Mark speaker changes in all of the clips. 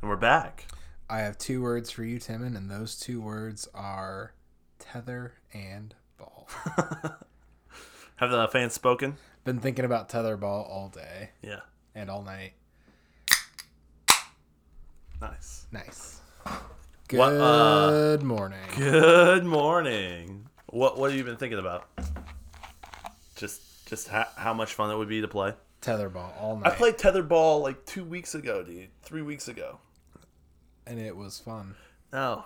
Speaker 1: And we're back.
Speaker 2: I have two words for you, Timon, and those two words are tether and ball.
Speaker 1: Have the fans spoken?
Speaker 2: Been thinking about tether ball all day
Speaker 1: Yeah.
Speaker 2: and all night.
Speaker 1: Nice.
Speaker 2: Nice. Good
Speaker 1: What, uh,
Speaker 2: morning.
Speaker 1: Good morning. What What have you been thinking about? Just Just how, how much fun it would be to play.
Speaker 2: tether ball all
Speaker 1: I
Speaker 2: night,
Speaker 1: played tetherball like two weeks ago, dude. Three weeks ago.
Speaker 2: and it was fun.
Speaker 1: No.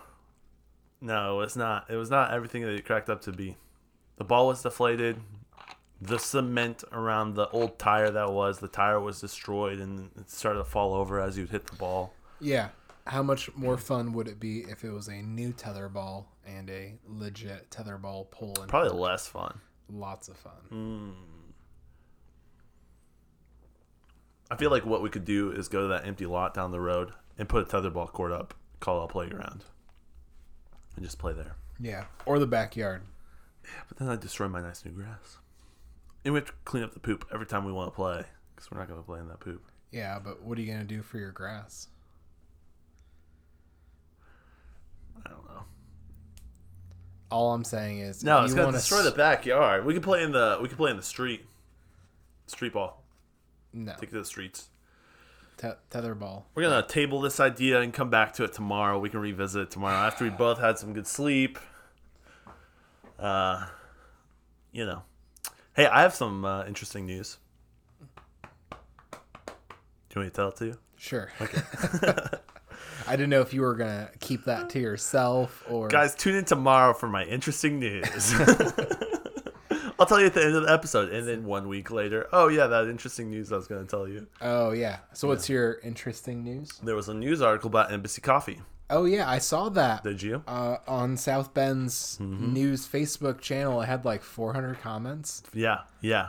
Speaker 1: No, it's not. It was not everything that it cracked up to be. The ball was deflated. The cement around the old tire that was, the tire was destroyed and it started to fall over as you'd hit the ball.
Speaker 2: Yeah. How much more fun would it be if it was a new tether ball and a legit tether ball pull? And
Speaker 1: Probably less fun.
Speaker 2: lots of fun.
Speaker 1: Mm. I feel like what we could do is go to that empty lot down the road and put a tetherball court up, call it a playground, and just play there.
Speaker 2: Yeah, or the backyard.
Speaker 1: Yeah, but then I destroy my nice new grass. And we have to clean up the poop every time we want to play because we're not going to play in that poop.
Speaker 2: Yeah, but what are you gonna do for your grass?
Speaker 1: I don't know.
Speaker 2: All I'm saying is,
Speaker 1: No,
Speaker 2: if
Speaker 1: it's
Speaker 2: you
Speaker 1: going to
Speaker 2: wanna
Speaker 1: destroy
Speaker 2: s-
Speaker 1: the backyard. We could play in the we could play in the street. Street ball.
Speaker 2: no
Speaker 1: Take it to the streets.
Speaker 2: te- tether ball.
Speaker 1: We're gonna table this idea and come back to it tomorrow. We can revisit it tomorrow after we both had some good sleep. Uh, you know. Hey, I have some uh, interesting news. Do you want me to tell it to you?
Speaker 2: Sure. Okay. I didn't know if you were gonna keep that to yourself or
Speaker 1: Guys, tune in tomorrow for my interesting news. I'll tell you at the end of the episode, and then one week later, oh yeah, that interesting news I was gonna tell you.
Speaker 2: Oh yeah. So what's your interesting news?
Speaker 1: There was a news article about Embassy Coffee.
Speaker 2: Oh yeah, I saw that
Speaker 1: Did you?
Speaker 2: uh, on South Bend's
Speaker 1: Mm-hmm.
Speaker 2: news Facebook channel. It had like 400 comments.
Speaker 1: Yeah, yeah.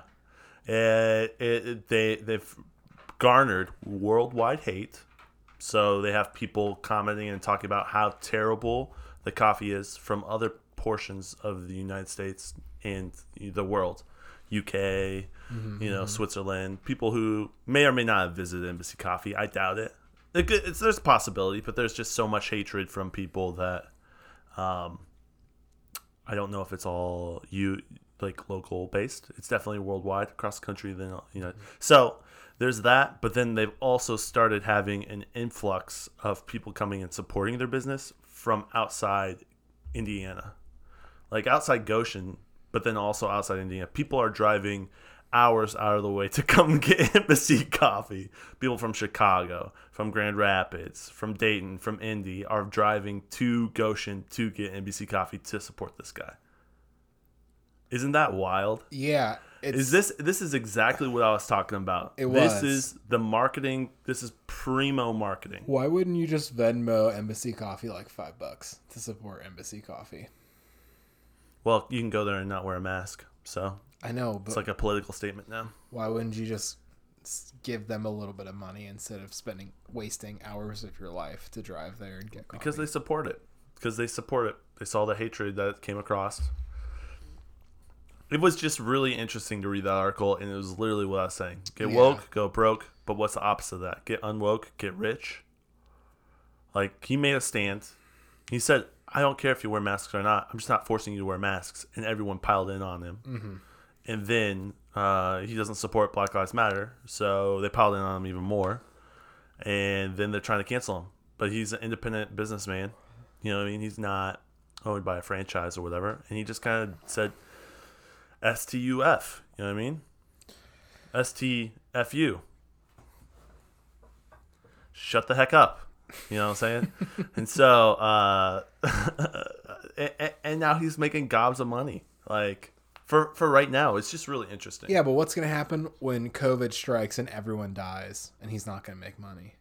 Speaker 1: Uh, It, it, it- they they've garnered worldwide hate, so they have people commenting and talking about how terrible the coffee is from other portions of the United States and the world, UK, you know, Switzerland. People who may or may not have visited Embassy Coffee. I doubt it. It could- It's, there's a possibility, but there's just so much hatred from people that I don't know if it's all you like local based. It's definitely worldwide, across the country. Then you know, so there's that. But then they've also started having an influx of people coming and supporting their business from outside Indiana, like outside Goshen, but then also outside Indiana. People are driving hours out of the way to come get embassy coffee. People from Chicago, from Grand Rapids, from Dayton, from Indy are driving to Goshen to get NBC coffee to support this guy. Isn't that wild?
Speaker 2: Yeah, it's
Speaker 1: Is this this is exactly what I was talking about.
Speaker 2: It was.
Speaker 1: This is the marketing, this is primo marketing.
Speaker 2: why wouldn't you just Venmo Embassy Coffee like five bucks to support Embassy Coffee?
Speaker 1: Well, you can go there and not wear a mask. So,
Speaker 2: I know, but
Speaker 1: it's like a political statement now.
Speaker 2: why wouldn't you just s- give them a little bit of money instead of spending wasting hours of your life to drive there and get coffee?
Speaker 1: because they support it because they support it they saw the hatred that came across it was just really interesting to read that article and it was literally what i was saying get
Speaker 2: Yeah.
Speaker 1: woke go broke but what's the opposite of that get unwoke get rich like he made a stand he said i don't care if you wear masks or not i'm just not forcing you to wear masks and everyone piled in on him and then uh, he doesn't support black lives matter so they piled in on him even more and then they're trying to cancel him. But he's an independent businessman. You know what I mean? He's not owned by a franchise or whatever. And he just kind of said STUF. You know what I mean? STFU. Shut the heck up. You know what I'm saying? and so, uh, and, and now he's making gobs of money. Like, for, for right now, it's just really interesting.
Speaker 2: yeah, but what's gonna happen when COVID strikes and everyone dies and he's not gonna make money?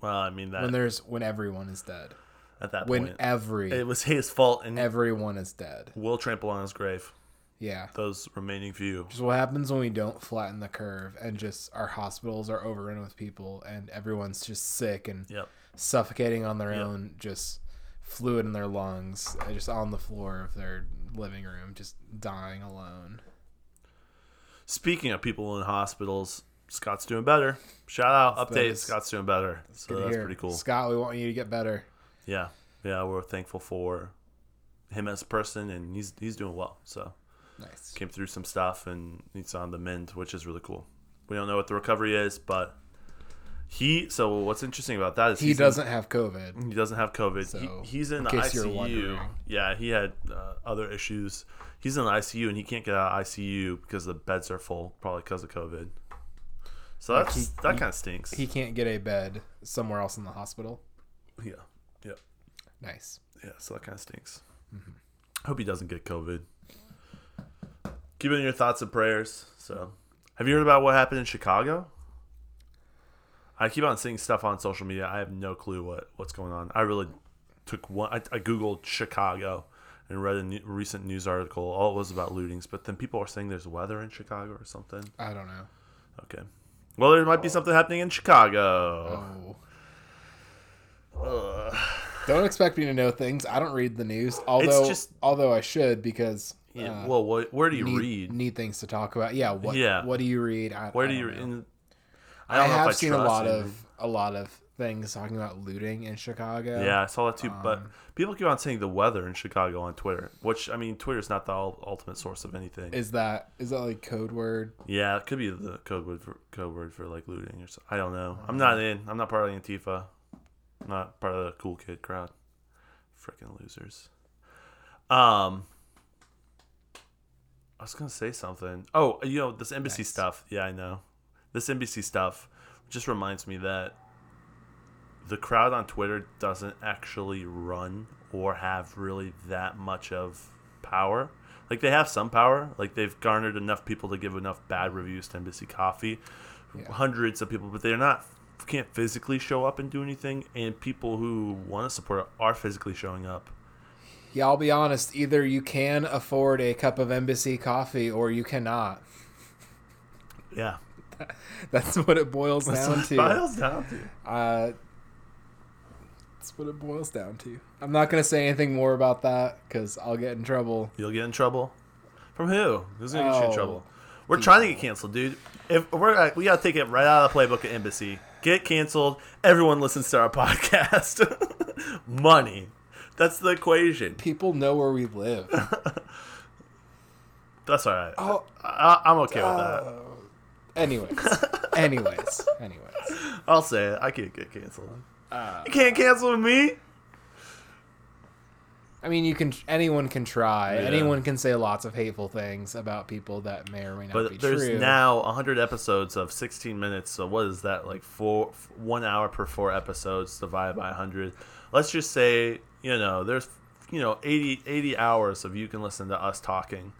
Speaker 1: Well, I mean,
Speaker 2: When
Speaker 1: that
Speaker 2: there's when everyone is dead.
Speaker 1: at that
Speaker 2: When
Speaker 1: point,
Speaker 2: every
Speaker 1: it was his fault, and
Speaker 2: everyone is dead.
Speaker 1: will trample on his grave.
Speaker 2: Yeah.
Speaker 1: those remaining few.
Speaker 2: Just what happens when we don't flatten the curve and just our hospitals are overrun with people and everyone's just sick and
Speaker 1: Yep.
Speaker 2: suffocating on their own, just fluid in their lungs, uh, just on the floor of their living
Speaker 1: Oh,
Speaker 2: room, just dying alone.
Speaker 1: Speaking of people in hospitals, Scott's doing better. Shout out,
Speaker 2: That's-
Speaker 1: update.
Speaker 2: that is-
Speaker 1: Scott's doing better. So
Speaker 2: Good to
Speaker 1: that's
Speaker 2: hear.
Speaker 1: pretty cool.
Speaker 2: Scott, we want you to get better.
Speaker 1: Yeah, yeah, we're thankful for him as a person, and he's he's doing well. So
Speaker 2: Nice.
Speaker 1: came through some stuff, and he's on the mend, which is really cool. We don't know what the recovery is, but he. So what's interesting about that is
Speaker 2: He
Speaker 1: he's in-
Speaker 2: doesn't have COVID.
Speaker 1: he doesn't have COVID.
Speaker 2: So,
Speaker 1: he, he's in,
Speaker 2: in
Speaker 1: the
Speaker 2: case you're
Speaker 1: ICU.
Speaker 2: wondering.
Speaker 1: Yeah, he had uh, other issues. He's in the ICU and he can't get out of ICU because the beds are full, probably because of COVID. So that's
Speaker 2: he-
Speaker 1: that kind of stinks.
Speaker 2: He can't get a bed somewhere else in the hospital.
Speaker 1: yeah, yeah,
Speaker 2: Nice.
Speaker 1: yeah. So that kind of stinks. Mm-hmm. Hope he doesn't get COVID. Keep it in your thoughts and prayers. So, have you heard about what happened in Chicago? I keep on seeing stuff on social media. I have no clue what what's going on. I really took one. I, I googled Chicago and read a new, recent news article. All it was about lootings, but then people are saying there's weather in Chicago or something.
Speaker 2: I don't know.
Speaker 1: Okay. Well, there might be something happening in Chicago.
Speaker 2: Oh. Don't expect me to know things. I don't read the news. Although,
Speaker 1: just-
Speaker 2: although I should because
Speaker 1: Yeah,
Speaker 2: uh,
Speaker 1: well, what, where do you
Speaker 2: need,
Speaker 1: read?
Speaker 2: need things to talk about. Yeah. What,
Speaker 1: Yeah.
Speaker 2: What do you read? I,
Speaker 1: where
Speaker 2: I
Speaker 1: do
Speaker 2: don't
Speaker 1: you?
Speaker 2: know.
Speaker 1: In, I
Speaker 2: I,
Speaker 1: don't know
Speaker 2: have
Speaker 1: if I
Speaker 2: seen a
Speaker 1: trust
Speaker 2: lot
Speaker 1: anything.
Speaker 2: of a lot of things talking about looting in Chicago.
Speaker 1: Yeah, I saw that too. but people keep on saying the weather in Chicago on Twitter, which I mean, Twitter's not the ul- ultimate source of anything.
Speaker 2: Is that is that like code word?
Speaker 1: yeah, it could be the code word for code word for like looting or something. I don't know. I'm not in. I'm not part of Antifa. I'm not part of the cool kid crowd. Freaking losers. Um. I was gonna say something. Oh, you know this embassy
Speaker 2: Nice.
Speaker 1: stuff. Yeah, I know. This embassy stuff just reminds me that the crowd on Twitter doesn't actually run or have really that much of power. Like they have some power. Like they've garnered enough people to give enough bad reviews to Embassy Coffee,
Speaker 2: Yeah.
Speaker 1: hundreds of people, but they're not can't physically show up and do anything. And people who want to support it are physically showing up.
Speaker 2: Yeah, I'll be honest. Either you can afford a cup of embassy coffee or you cannot.
Speaker 1: Yeah,
Speaker 2: That's what it boils down
Speaker 1: That's what it
Speaker 2: to.
Speaker 1: boils down to.
Speaker 2: Uh, that's what it boils down to. I'm not gonna say anything more about that because I'll get in trouble.
Speaker 1: You'll get in trouble. From who? Who's gonna get you in
Speaker 2: Oh,
Speaker 1: trouble? We're trying to get canceled, dude. If we're we gotta take it right out of the playbook of Embassy. Get canceled. Everyone listens to our podcast. Money. That's the equation.
Speaker 2: People know where we live.
Speaker 1: That's all right.
Speaker 2: Oh,
Speaker 1: I, I'm okay with
Speaker 2: Uh.
Speaker 1: that.
Speaker 2: anyways, anyways, anyways.
Speaker 1: I'll say it. I can't get canceled. you can't cancel me.
Speaker 2: I mean, you can. Anyone can try.
Speaker 1: Yeah.
Speaker 2: Anyone can say lots of hateful things about people that may or may not be
Speaker 1: But there's
Speaker 2: true.
Speaker 1: now 100 episodes of 16 minutes. So what is that like four f- one hour per four episodes divided by 100? Let's just say you know there's you know 80 80 hours of you can listen to us talking.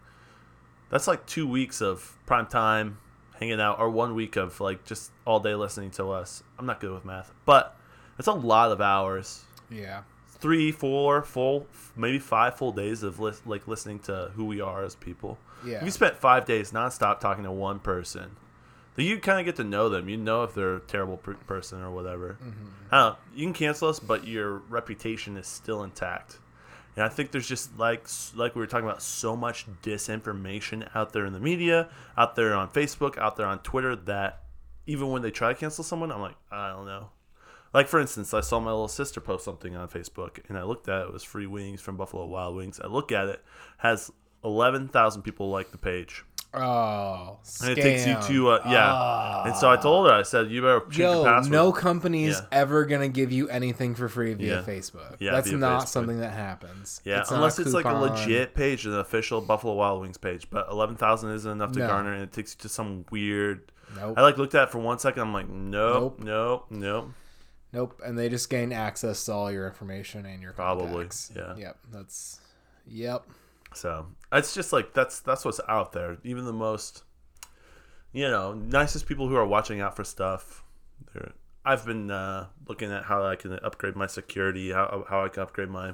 Speaker 1: That's like two weeks of prime time hanging out, or one week of like just all day listening to us. I'm not good with math, but that's a lot of hours.
Speaker 2: yeah,
Speaker 1: Three, four, full, maybe five full days of lis- like listening to who we are as people.
Speaker 2: yeah.
Speaker 1: If you spent five days nonstop talking to one person, then you kind of get to know them. You know if they're a terrible per- person or whatever. I don't know. You can cancel us, but your reputation is still intact. And I think there's just like like we were talking about so much disinformation out there in the media, out there on Facebook, out there on Twitter that even when they try to cancel someone, I'm like, I don't know. Like for instance, I saw my little sister post something on Facebook, and I looked at it. It was free wings from Buffalo Wild Wings. I look at it, has eleven thousand people like the page,
Speaker 2: oh,
Speaker 1: and it takes you
Speaker 2: scam. Ah.
Speaker 1: to uh, yeah. and so I told her, I said, "You better change your
Speaker 2: Yo,
Speaker 1: password."
Speaker 2: no company's
Speaker 1: Yeah.
Speaker 2: ever gonna give you anything for free via
Speaker 1: Yeah.
Speaker 2: Facebook.
Speaker 1: Yeah,
Speaker 2: That's
Speaker 1: via
Speaker 2: not
Speaker 1: Facebook.
Speaker 2: something that happens.
Speaker 1: yeah,
Speaker 2: not
Speaker 1: unless it's like a
Speaker 2: coupon.
Speaker 1: legit page, an official Buffalo Wild Wings page. But eleven thousand isn't enough to
Speaker 2: No.
Speaker 1: garner, and it takes you to some weird.
Speaker 2: Nope,
Speaker 1: I like looked at it for one second. I'm like, nope, nope, nope.
Speaker 2: nope, and they just gain access to all your information and your
Speaker 1: Probably,
Speaker 2: contacts.
Speaker 1: yeah.
Speaker 2: Yep, that's yep.
Speaker 1: So it's just like that's that's what's out there. Even the most, you know, nicest people who are watching out for stuff. They're, I've been uh, looking at how I can upgrade my security, how how I can upgrade my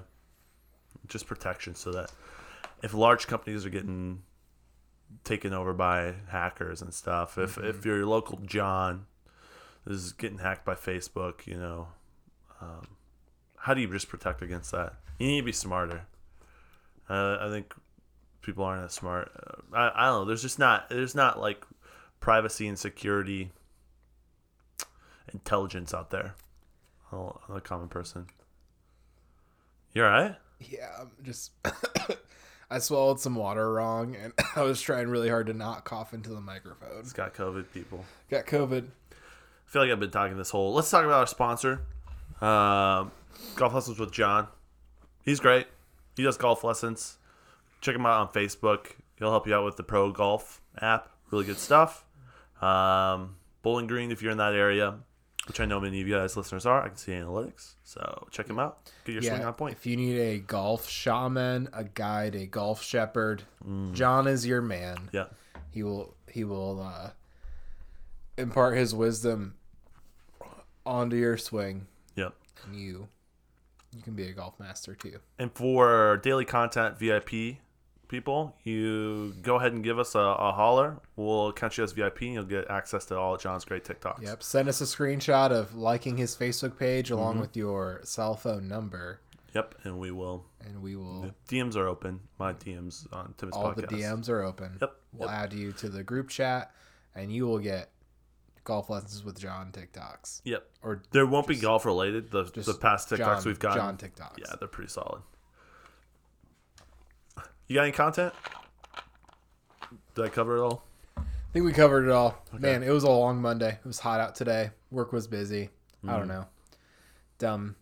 Speaker 1: just protection, so that if large companies are getting taken over by hackers and stuff, if if your local John is getting hacked by Facebook, you know, um, how do you just protect against that? You need to be smarter. Uh, I think people aren't as smart. Uh, I, I don't know. There's just not there's not like privacy and security intelligence out there. Oh, I'm a common person. You all right?
Speaker 2: Yeah, I'm just I swallowed some water wrong, and I was trying really hard to not cough into the microphone.
Speaker 1: It's got COVID, people.
Speaker 2: Got COVID.
Speaker 1: I feel like I've been talking this whole. Let's talk about our sponsor, um, Golf Lessons with John. He's great. He does golf lessons. Check him out on Facebook. He'll help you out with the pro golf app. Really good stuff. Um, Bowling Green, if you're in that area, which I know many of you guys listeners are, I can see analytics. So check him out. Get your swing
Speaker 2: Yeah,
Speaker 1: on point.
Speaker 2: if you need a golf shaman, a guide, a golf shepherd,
Speaker 1: Mm.
Speaker 2: John is your man.
Speaker 1: Yeah.
Speaker 2: He will he will uh, impart his wisdom onto your swing,
Speaker 1: Yeah.
Speaker 2: and you you can be a golf master too.
Speaker 1: And for daily content VIP people, you go ahead and give us a, a holler. We'll count you as VIP and you'll get access to all of John's great TikToks.
Speaker 2: Yep. Send us a screenshot of liking his Facebook page along
Speaker 1: Mm-hmm.
Speaker 2: with your cell phone number,
Speaker 1: Yep. And we will.
Speaker 2: and we will.
Speaker 1: DMs are open. My DMs on Tim's
Speaker 2: All
Speaker 1: podcast.
Speaker 2: the DMs are open.
Speaker 1: Yep,
Speaker 2: We'll add you to the group chat, and you will get golf lessons with John TikToks
Speaker 1: Yep.
Speaker 2: or
Speaker 1: There won't be golf related. The the past TikToks
Speaker 2: John,
Speaker 1: we've gotten.
Speaker 2: John TikToks.
Speaker 1: Yeah, they're pretty solid. You got any content? Did I cover it all?
Speaker 2: I think we covered it all. Man, it was a long Monday. It was hot out today. Work was busy. I
Speaker 1: Mm.
Speaker 2: don't know. Dumb,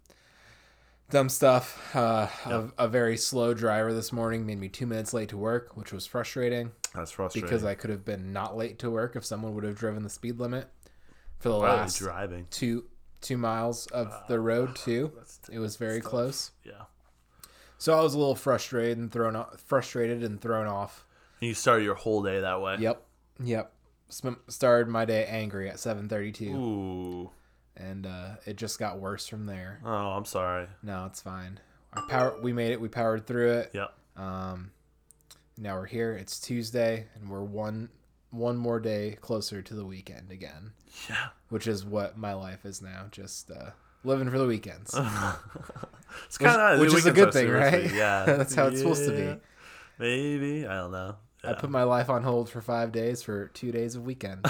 Speaker 2: dumb stuff. Uh, a, a very slow driver this morning made me two minutes late to work, which was frustrating
Speaker 1: That's frustrating.
Speaker 2: because I could have been not late to work if someone would have driven the speed limit for the
Speaker 1: Probably
Speaker 2: last
Speaker 1: driving.
Speaker 2: two two miles of the road too.
Speaker 1: Ah, that's
Speaker 2: It was very close.
Speaker 1: Yeah.
Speaker 2: So I was a little frustrated and thrown off, frustrated and thrown off.
Speaker 1: And you started your whole day that way.
Speaker 2: Yep, yep. Sm- started my day angry at 7:32,
Speaker 1: Ooh.
Speaker 2: and uh, it just got worse from there.
Speaker 1: Oh, I'm sorry.
Speaker 2: No, it's fine. Our power, we made it. We powered through it.
Speaker 1: Yep.
Speaker 2: Um, now we're here. It's Tuesday, and we're one one more day closer to the weekend again,
Speaker 1: Yeah.
Speaker 2: which is what my life is now. Just uh, living for the weekends.
Speaker 1: It's kind of
Speaker 2: which is a good thing, right?
Speaker 1: Yeah.
Speaker 2: That's how it's supposed to be.
Speaker 1: Yeah. Maybe I don't know.
Speaker 2: I
Speaker 1: Yeah.
Speaker 2: put my life on hold for five days for two days of weekend.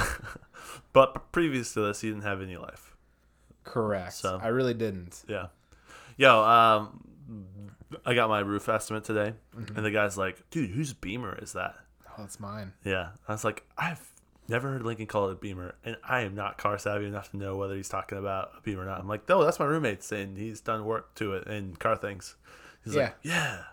Speaker 1: But previous to this, you didn't have any life.
Speaker 2: Correct.
Speaker 1: So-
Speaker 2: I really didn't.
Speaker 1: Yeah. Yo, um, I got my roof estimate today,
Speaker 2: Mm-hmm.
Speaker 1: and the guy's like, "Dude, whose Beamer is that?"
Speaker 2: Oh, it's mine.
Speaker 1: Yeah, I was like, I've never heard Lincoln call it a Beamer, and I am not car savvy enough to know whether he's talking about a Beamer or not. I'm like, no, that's my roommate's, and he's done work to it and car things. He's like, yeah,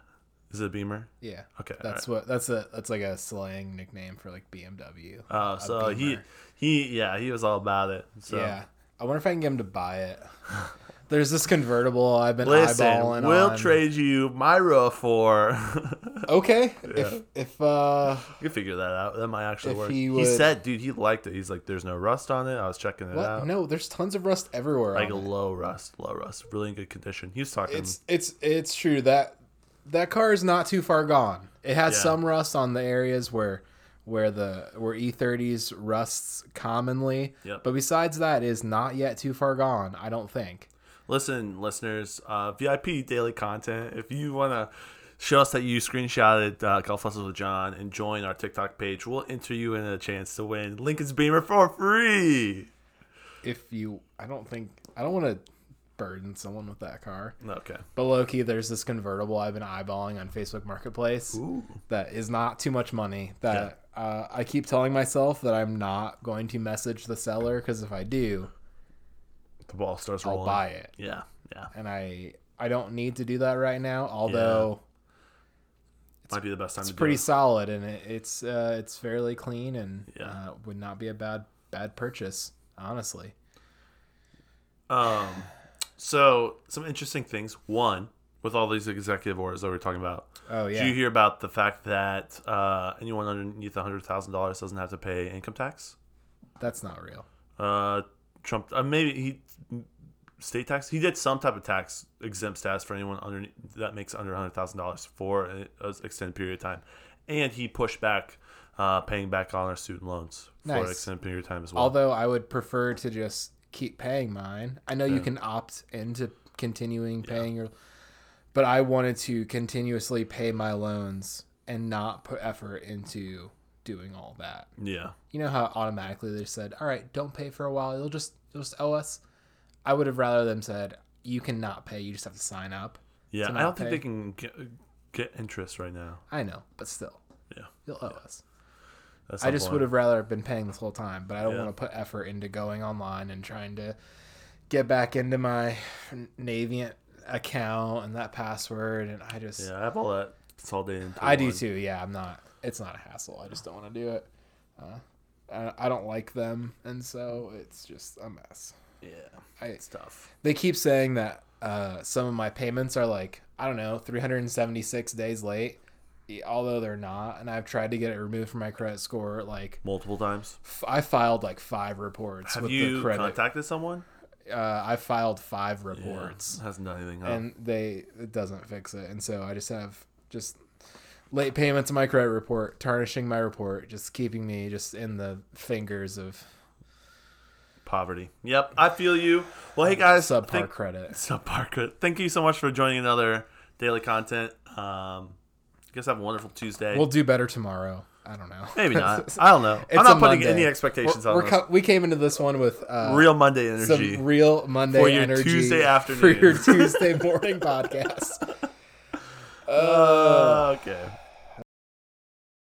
Speaker 1: is it a Beamer?
Speaker 2: Yeah.
Speaker 1: Okay,
Speaker 2: That's what that's a that's like a slang nickname for like BMW.
Speaker 1: all right.
Speaker 2: A
Speaker 1: Uh, so he
Speaker 2: Beamer.
Speaker 1: he yeah he was all about it. So
Speaker 2: Yeah. I wonder if I can get him to buy it. There's this convertible I've been
Speaker 1: listen,
Speaker 2: eyeballing
Speaker 1: we'll
Speaker 2: on.
Speaker 1: trade you my roof for.
Speaker 2: Okay. If if uh
Speaker 1: You can figure that out. That might actually
Speaker 2: If
Speaker 1: work.
Speaker 2: he
Speaker 1: He,
Speaker 2: would-
Speaker 1: said, dude, he liked it. He's like, there's no rust on it. I was checking it
Speaker 2: what?
Speaker 1: out.
Speaker 2: no, there's tons of rust everywhere.
Speaker 1: Like
Speaker 2: on
Speaker 1: a
Speaker 2: it.
Speaker 1: low rust, low rust, really in good condition. He was talking.
Speaker 2: It's it's it's true that that car is not too far gone. It has
Speaker 1: Yeah.
Speaker 2: some rust on the areas where where the where E30s rusts commonly.
Speaker 1: Yep.
Speaker 2: But besides that, it is not yet too far gone. I don't think.
Speaker 1: Listen, listeners, uh, VIP daily content. If you want to show us that you screenshotted uh, Golf Lessons with John and join our TikTok page, we'll enter you in a chance to win Lincoln's Beamer for free.
Speaker 2: If you, I don't think I don't want to burden someone with that car.
Speaker 1: Okay.
Speaker 2: But low key, there's this convertible I've been eyeballing on Facebook Marketplace
Speaker 1: Ooh.
Speaker 2: that is not too much money. That uh, I keep telling myself that I'm not going to message the seller because if I do,
Speaker 1: The ball starts
Speaker 2: I'll
Speaker 1: rolling.
Speaker 2: buy it.
Speaker 1: Yeah. Yeah.
Speaker 2: and I I don't need to do that right now. Although
Speaker 1: Might be the best time
Speaker 2: it's
Speaker 1: to
Speaker 2: pretty
Speaker 1: do
Speaker 2: solid and it, it's uh, it's fairly clean and
Speaker 1: Yeah.
Speaker 2: uh, would not be a bad bad purchase. Honestly,
Speaker 1: it. Um, so, some interesting things. One, with all these executive orders that we're talking about,
Speaker 2: oh yeah,
Speaker 1: Did you hear about the fact that uh, anyone underneath hundred thousand dollars doesn't have to pay income tax?
Speaker 2: that's not real.
Speaker 1: Uh, Trump, uh, maybe he state tax. He did some type of tax exempt status for anyone under that makes under hundred thousand dollars for an extended period of time, and he pushed back uh, paying back on our student loans for an
Speaker 2: Nice.
Speaker 1: extended period of time as well.
Speaker 2: Although I would prefer to just keep paying mine. I know you can opt into continuing paying your, but I wanted to continuously pay my loans and not put effort into doing all that.
Speaker 1: Yeah.
Speaker 2: You know how automatically they said, "All right, don't pay for a while. You'll just you'll just owe us." I would have rather them said, "You cannot pay. You just have to sign up."
Speaker 1: Yeah.
Speaker 2: to
Speaker 1: I don't
Speaker 2: not
Speaker 1: think
Speaker 2: pay.
Speaker 1: they can get, get interest right now.
Speaker 2: I know, but still,
Speaker 1: Yeah.
Speaker 2: you'll owe us.
Speaker 1: That's
Speaker 2: I
Speaker 1: not
Speaker 2: just
Speaker 1: one.
Speaker 2: would have rather been paying this whole time, but I don't
Speaker 1: Yeah.
Speaker 2: want to put effort into going online and trying to get back into my Navient account and that password. And I just,
Speaker 1: Yeah. I have all that consolidated. into
Speaker 2: I do
Speaker 1: one.
Speaker 2: too. Yeah, I'm not. It's not a hassle. I just don't want to do it. Uh, I I don't like them, and so it's just a mess.
Speaker 1: Yeah.
Speaker 2: I-
Speaker 1: it's tough.
Speaker 2: They keep saying that uh, some of my payments are like I don't know, 376 days late, e- although they're not. And I've tried to get it removed from my credit score. Like
Speaker 1: Multiple times.
Speaker 2: f- I filed like five reports
Speaker 1: Have
Speaker 2: with
Speaker 1: you
Speaker 2: the credit.
Speaker 1: contacted someone?
Speaker 2: uh, I filed five
Speaker 1: Yeah, Oh.
Speaker 2: reports,
Speaker 1: Hasn't done anything. Huh?
Speaker 2: and they it doesn't fix it. And so I just have just late payments on my credit report, tarnishing my report, just keeping me just in the fingers of
Speaker 1: Poverty. Yep. I feel you. Well, hey guys.
Speaker 2: subpar
Speaker 1: thank-
Speaker 2: credit.
Speaker 1: subpar credit. Thank you so much for joining another daily content. Um, you guys have a wonderful Tuesday.
Speaker 2: We'll do better tomorrow. I don't know.
Speaker 1: Maybe not. I don't know. I'm
Speaker 2: It's
Speaker 1: not
Speaker 2: a
Speaker 1: putting
Speaker 2: Monday.
Speaker 1: any expectations
Speaker 2: We're-
Speaker 1: on
Speaker 2: we're
Speaker 1: this.
Speaker 2: co- we came into this one with uh,
Speaker 1: Real Monday energy.
Speaker 2: some real Monday
Speaker 1: For your
Speaker 2: energy
Speaker 1: Tuesday afternoon.
Speaker 2: for your Tuesday morning podcast.
Speaker 1: Uh, okay.